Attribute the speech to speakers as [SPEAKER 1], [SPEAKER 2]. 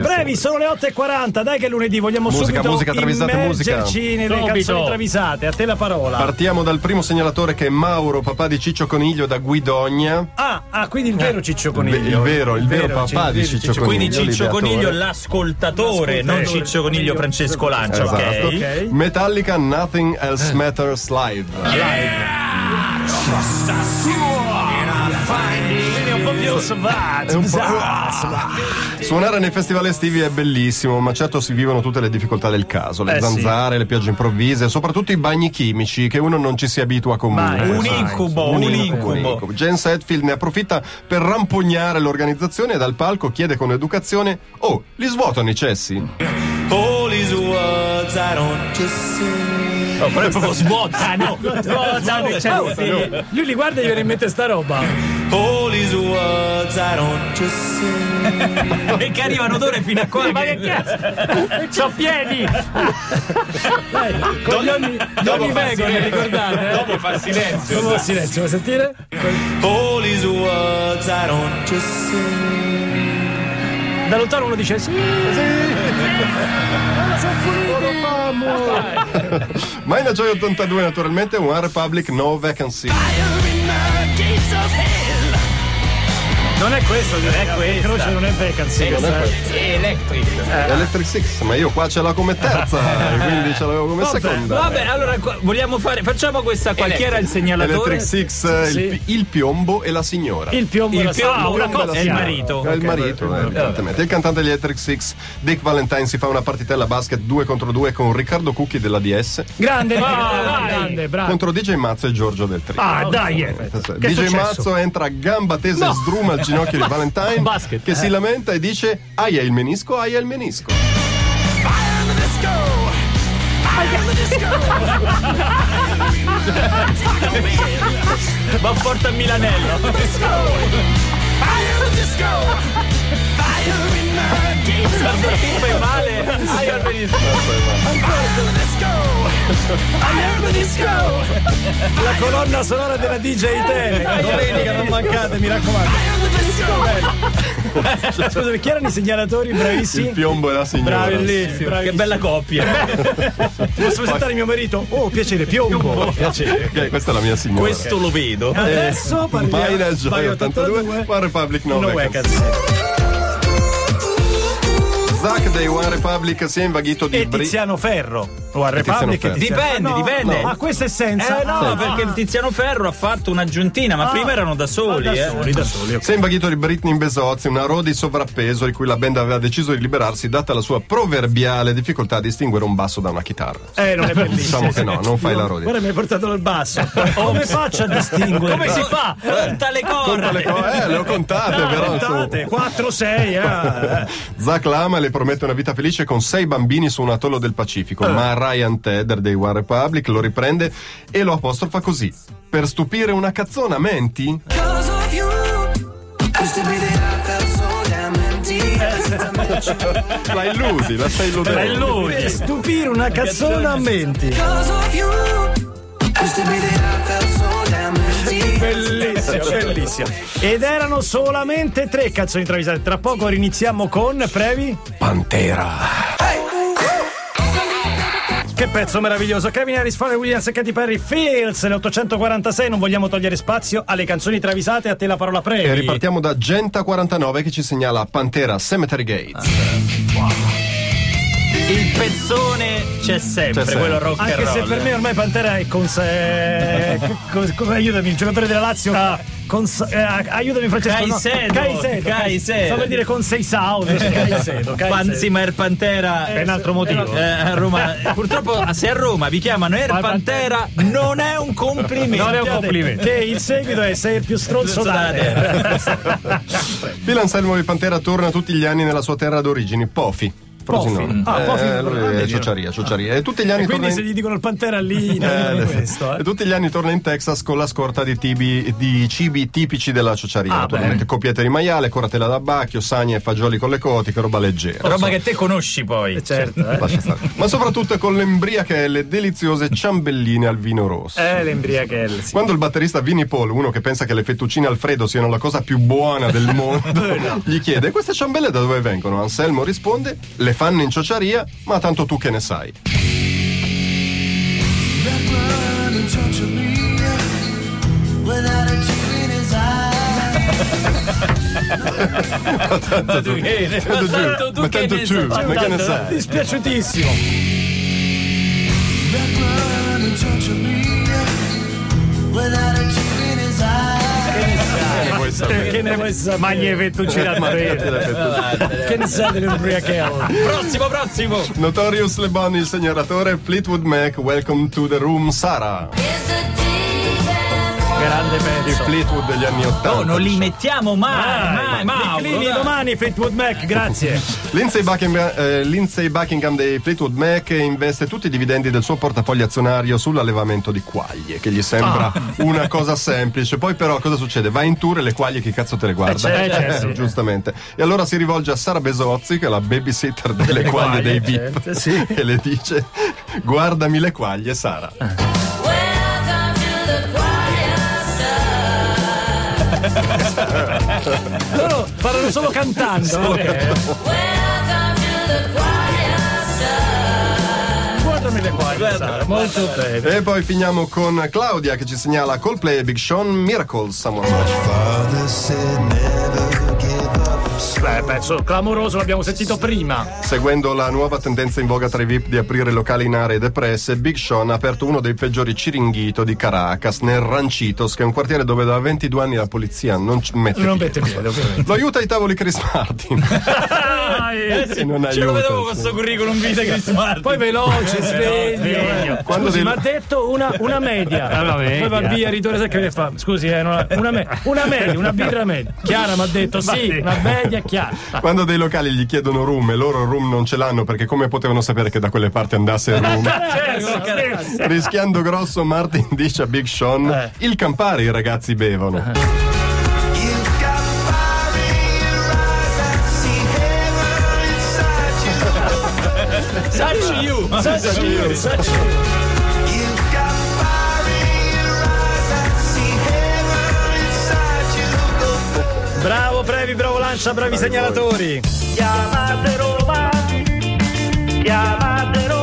[SPEAKER 1] brevi, sono le 8.40. Dai, che è lunedì vogliamo
[SPEAKER 2] Musica,
[SPEAKER 1] subito
[SPEAKER 2] musica, travisate, musica.
[SPEAKER 1] immergerci nelle
[SPEAKER 3] Subito.
[SPEAKER 1] canzoni travisate. A te la parola.
[SPEAKER 4] Ah.
[SPEAKER 2] Partiamo dal primo segnalatore che è Mauro, papà di Ciccio Coniglio da Guidogna.
[SPEAKER 1] ah, ah, quindi il vero Ciccio Coniglio.
[SPEAKER 2] Eh, Il vero, il vero papà
[SPEAKER 1] Ciccio-
[SPEAKER 2] di Ciccio
[SPEAKER 4] Quindi
[SPEAKER 2] Coniglio,
[SPEAKER 4] Ciccio Coniglio
[SPEAKER 2] l'ideatore.
[SPEAKER 4] l'ascoltatore, non
[SPEAKER 1] L'ascoltatore.
[SPEAKER 4] Ciccio Coniglio Francesco Lancia,
[SPEAKER 2] Esatto.
[SPEAKER 4] ok? Eh.
[SPEAKER 1] Ok.
[SPEAKER 2] Metallica Nothing Else Matters Live.
[SPEAKER 1] Quindi è un po' più svat,
[SPEAKER 2] È un po'-
[SPEAKER 4] Esatto.
[SPEAKER 1] svat.
[SPEAKER 2] Suonare nei festival estivi è bellissimo, ma certo si vivono tutte le difficoltà del caso, le
[SPEAKER 1] Eh,
[SPEAKER 2] zanzare, le piogge improvvise, soprattutto i bagni chimici che uno non ci si abitua comunque.
[SPEAKER 1] Mai,
[SPEAKER 4] Un
[SPEAKER 2] Esatto.
[SPEAKER 4] incubo, un incubo.
[SPEAKER 2] Jens Hetfield ne approfitta per rampognare l'organizzazione e dal palco chiede con educazione: "Oh, li svuotano i cessi?"
[SPEAKER 4] All these words I don't just say. Oh, però è proprio svuotano, svuotano i
[SPEAKER 1] Ah,
[SPEAKER 4] cessi.
[SPEAKER 1] sì. Lui li guarda e gli viene in mente sta roba.
[SPEAKER 4] All these words I don't just say. Perché arriva un odore fino a qua.
[SPEAKER 3] Ma che cazzo? C'ho piedi!
[SPEAKER 1] Dai, con gli anni
[SPEAKER 3] Dopo fa
[SPEAKER 1] vegan,
[SPEAKER 3] silenzio.
[SPEAKER 1] ricordate? eh?
[SPEAKER 3] Dopo fa silenzio.
[SPEAKER 1] Solo silenzio, vuoi sentire?
[SPEAKER 4] All these words I don't just say.
[SPEAKER 1] Da lontano uno dice sì.
[SPEAKER 2] Ma in Agioia 82 naturalmente One Republic No Vacancy.
[SPEAKER 1] Non è questo, non è questo. Croce non è vacancy. questa, eh.
[SPEAKER 3] Electric.
[SPEAKER 2] Electric Six, ma io qua ce l'ho come terza, e quindi ce l'avevo come
[SPEAKER 1] Vabbè,
[SPEAKER 2] seconda.
[SPEAKER 4] Vabbè, allora qua- vogliamo fare. Facciamo questa qua. Chi era il segnalatore?
[SPEAKER 2] Electric Six,
[SPEAKER 1] Sì.
[SPEAKER 2] il, pi- il piombo e la signora.
[SPEAKER 1] Il piombo,
[SPEAKER 4] Il
[SPEAKER 1] la-
[SPEAKER 4] piombo,
[SPEAKER 1] ah, una
[SPEAKER 4] piombo
[SPEAKER 1] coppia.
[SPEAKER 4] è il marito.
[SPEAKER 2] Era il marito, eh, evidentemente. Il cantante degli Electric Six, Dick Valentine, si fa una partitella basket 2 contro 2 con Riccardo Cucchi della DS
[SPEAKER 1] Grande,
[SPEAKER 3] Ah,
[SPEAKER 1] grande,
[SPEAKER 3] dai.
[SPEAKER 1] grande, bravo.
[SPEAKER 2] contro DJ Mazzo e Giorgio del Trio.
[SPEAKER 1] Ah, dai, eh. Che è
[SPEAKER 2] DJ
[SPEAKER 1] successo?
[SPEAKER 2] Mazzo entra a gamba tesa e sdruma al ginocchio di Valentine
[SPEAKER 3] Basket,
[SPEAKER 2] che si lamenta e dice aia il menisco, aia il menisco.
[SPEAKER 4] Va forte a Milanello. Fai male. Hai al benissimo.
[SPEAKER 1] La colonna sonora della DJ Tele.
[SPEAKER 4] Domenica non mancate, mi raccomando.
[SPEAKER 1] Scusa, chi erano i segnalatori
[SPEAKER 2] Il
[SPEAKER 1] bravissimi?
[SPEAKER 2] piombo e la signora.
[SPEAKER 1] Bravissimo.
[SPEAKER 4] Che bella coppia.
[SPEAKER 1] Posso presentare mio marito? Oh, piacere, piombo. Eh,
[SPEAKER 2] Ok, questa è la mia signora.
[SPEAKER 4] Questo lo vedo.
[SPEAKER 1] Adesso
[SPEAKER 2] Vai in
[SPEAKER 1] parliamo
[SPEAKER 2] Agioia 82, One Republic No
[SPEAKER 1] No,
[SPEAKER 2] Vacancy.
[SPEAKER 1] vacancy.
[SPEAKER 2] Zack dei One Republic si è invaghito di
[SPEAKER 1] e
[SPEAKER 2] bri-
[SPEAKER 1] Tiziano Ferro. O a
[SPEAKER 2] Tiziano
[SPEAKER 1] Republic. e
[SPEAKER 2] Ferro.
[SPEAKER 1] Tiziano-
[SPEAKER 4] Dipende, dipende.
[SPEAKER 1] Ma questo è senza.
[SPEAKER 4] Eh no,
[SPEAKER 1] Ah,
[SPEAKER 4] perché il Tiziano Ferro ha fatto un'aggiuntina, ma prima erano da soli,
[SPEAKER 1] da
[SPEAKER 4] eh.
[SPEAKER 1] soli, da soli. ok.
[SPEAKER 2] Si è invaghito di Britney Besozzi, una road di sovrappeso di cui la band aveva deciso di liberarsi data la sua proverbiale difficoltà a distinguere un basso da una chitarra.
[SPEAKER 1] Eh, non è bellissimo.
[SPEAKER 2] Diciamo che no, non fai la road.
[SPEAKER 1] Guarda, mi hai portato dal basso. Oh, Come faccio a distinguere?
[SPEAKER 4] Come si fa?
[SPEAKER 1] Eh.
[SPEAKER 4] Conta le
[SPEAKER 2] Conta le
[SPEAKER 4] corna.
[SPEAKER 2] co- eh, le ho contate, però. Eh. insomma.
[SPEAKER 1] 4, 6,
[SPEAKER 2] Zack Lama le promette una vita felice con sei bambini su un atollo del Pacifico, ma Ryan Tedder dei One Republic lo riprende e lo apostrofa così. Per stupire una cazzona, menti?
[SPEAKER 5] Cause of you. Used to be that I felt so damn empty.
[SPEAKER 2] La illudi, la stai illudendo.
[SPEAKER 1] Per stupire una cazzona a menti.
[SPEAKER 5] Cause of you. Used to be that I felt so damn empty.
[SPEAKER 1] Bellissimo, bellissimo. Ed erano solamente tre canzoni travisate. Tra poco riniziamo con Previ.
[SPEAKER 2] Pantera.
[SPEAKER 1] Che pezzo meraviglioso. Kevin Harris, Fare Williams e Katy Perry. Fields, le 846. Non vogliamo togliere spazio alle canzoni travisate. A te la parola
[SPEAKER 2] E
[SPEAKER 1] Previ.
[SPEAKER 2] ripartiamo da Genta49 che ci segnala Pantera Cemetery Gates.
[SPEAKER 4] Il pezzone c'è sempre,
[SPEAKER 2] C'è sempre.
[SPEAKER 4] quello rock and
[SPEAKER 1] Anche se
[SPEAKER 4] roll.
[SPEAKER 1] per me ormai Pantera è con sé. co- co- aiutami, il giocatore della Lazio. con sa- eh, aiutami, Francesco. no.
[SPEAKER 4] Caicedo,
[SPEAKER 1] Caicedo.
[SPEAKER 4] Caicedo.
[SPEAKER 1] Stavo per dire con sei sound. Caicedo.
[SPEAKER 4] Panzi
[SPEAKER 1] Caicedo.
[SPEAKER 4] ma Air Pantera
[SPEAKER 1] Per un altro motivo.
[SPEAKER 4] Eh, a Roma, purtroppo ah, se a Roma vi chiamano Air
[SPEAKER 3] Ma
[SPEAKER 4] Pantera, non è un complimento.
[SPEAKER 3] Non è un complimento.
[SPEAKER 1] Che il seguito è sei il più stronzo da terra.
[SPEAKER 2] Phil Anselmo di Pantera torna tutti gli anni nella sua terra d'origine, Pofi. Frosinone.
[SPEAKER 1] Ah, Pofi.
[SPEAKER 2] Eh, lui
[SPEAKER 1] Ah,
[SPEAKER 2] è
[SPEAKER 1] vedi,
[SPEAKER 2] Ciociaria, Ciociaria. E tutti gli
[SPEAKER 1] E
[SPEAKER 2] anni torna
[SPEAKER 1] quindi
[SPEAKER 2] in-
[SPEAKER 1] se gli dicono il Pantera lì, non
[SPEAKER 2] Eh,
[SPEAKER 1] è questo.
[SPEAKER 2] e
[SPEAKER 1] Eh.
[SPEAKER 2] tutti gli anni torna in Texas con la scorta di, tibi- di cibi tipici della ciociaria.
[SPEAKER 1] Ah,
[SPEAKER 2] naturalmente coppiette di maiale, coratela d'abbacchio, sagne e fagioli con le cotiche, roba leggera.
[SPEAKER 6] Roba che te conosci poi.
[SPEAKER 1] Certo, eh.
[SPEAKER 2] Lascia stare. Ma soprattutto con l'embriache e le deliziose ciambelline al vino rosso.
[SPEAKER 1] Eh, l'embriachel, sì.
[SPEAKER 2] Quando il batterista Vinnie Paul, uno che pensa che le fettuccine al freddo siano la cosa più buona del mondo, gli chiede: Queste ciambelle da dove vengono? Anselmo risponde: Le fanno in ciociaria, ma tanto tu che ne sai.
[SPEAKER 5] That blood in touch of me without a tear in his eye.
[SPEAKER 6] Ma
[SPEAKER 2] Eh,
[SPEAKER 6] tu che ne
[SPEAKER 2] Tanto tu,
[SPEAKER 6] tu
[SPEAKER 2] ma
[SPEAKER 6] che
[SPEAKER 2] tanto
[SPEAKER 6] ne
[SPEAKER 2] tu,
[SPEAKER 6] sai?
[SPEAKER 2] ma che ne sai?
[SPEAKER 1] Cioè, Dispiaciutissimo.
[SPEAKER 5] That blood in touch of me without a tear in his eye.
[SPEAKER 2] Che vuoi sapere?
[SPEAKER 1] Che ne vuoi sapere? Ma gli fettuccine al
[SPEAKER 2] Ma fatti le
[SPEAKER 1] freddo.
[SPEAKER 2] fettuccine.
[SPEAKER 1] Che ne sai dell'embriachel?
[SPEAKER 6] Prossimo, prossimo.
[SPEAKER 2] Notorious Le Bon, il segnalatore Fleetwood Mac, Welcome to the Room, Sara.
[SPEAKER 1] Grande
[SPEAKER 2] Il
[SPEAKER 1] pezzo.
[SPEAKER 2] Fleetwood degli anni Ottanta.
[SPEAKER 4] Oh,
[SPEAKER 6] No, non li
[SPEAKER 2] diciamo.
[SPEAKER 6] mettiamo
[SPEAKER 2] Ah,
[SPEAKER 6] mai, mai, Mauro,
[SPEAKER 1] Declini
[SPEAKER 6] dai.
[SPEAKER 1] domani, Fleetwood Mac, grazie.
[SPEAKER 2] Lindsay Buckingham, eh, Lindsay Buckingham dei Fleetwood Mac investe tutti i dividendi del suo portafoglio azionario sull'allevamento di quaglie, che gli sembra una cosa semplice. Poi però cosa succede? Va in tour e le quaglie chi cazzo te le guarda?
[SPEAKER 1] Eh, certo, sì.
[SPEAKER 2] giustamente. E allora si rivolge a Sara Besozzi, che è la babysitter delle, quaglie, dei VIP, e le dice guardami le quaglie Sara.
[SPEAKER 1] Loro Oh, parlano solo cantando. eh. Guardami le quaglie, Sara, molto bene.
[SPEAKER 2] E poi finiamo con Claudia che ci segnala Coldplay e Big Sean Miracles Samurai.
[SPEAKER 5] Father said never give up.
[SPEAKER 1] Beh, pezzo clamoroso, l'abbiamo sentito prima.
[SPEAKER 2] Seguendo la nuova tendenza in voga tra i VIP di aprire locali in aree depresse, Big Sean ha aperto uno dei peggiori ciringhito di Caracas, nel Rancitos, che è un quartiere dove da 22 anni la polizia non ci mette
[SPEAKER 1] Non
[SPEAKER 2] piede.
[SPEAKER 1] mette piede, ovviamente.
[SPEAKER 2] Lo aiuta ai tavoli Chris Martin.
[SPEAKER 1] Dai,
[SPEAKER 2] e non
[SPEAKER 6] Ce lo
[SPEAKER 2] aiuta.
[SPEAKER 6] vedevo
[SPEAKER 2] sì.
[SPEAKER 6] con sto curriculum vitae Chris Martin.
[SPEAKER 1] Poi veloce, sveglio.
[SPEAKER 6] sveglio.
[SPEAKER 2] Quando
[SPEAKER 1] Scusi,
[SPEAKER 2] del-
[SPEAKER 1] ma ha detto una, una media.
[SPEAKER 3] Ah, Una
[SPEAKER 1] Poi
[SPEAKER 3] media.
[SPEAKER 1] va via, ritorna secca e fa. Scusi, eh, una, una, me- una media, una birra media. Chiara mi ha detto sì, una media chiara.
[SPEAKER 2] Quando dei locali gli chiedono room e loro room non ce l'hanno perché come potevano sapere che da quelle parti andasse il room?
[SPEAKER 3] Certo,
[SPEAKER 2] Rischiando grosso, Martin dice a Big Sean:
[SPEAKER 6] Eh.
[SPEAKER 2] Il campare i ragazzi bevono.
[SPEAKER 5] You got fire in your eyes. I see heaven inside you.
[SPEAKER 6] Touch you.
[SPEAKER 1] Sacci io, sacci io.
[SPEAKER 5] You got fire in your eyes. I see heaven inside you. Go
[SPEAKER 1] Bravo Previ, bravo Lancia, bravi segnalatori.
[SPEAKER 7] Chiamatelo mai, chiamatelo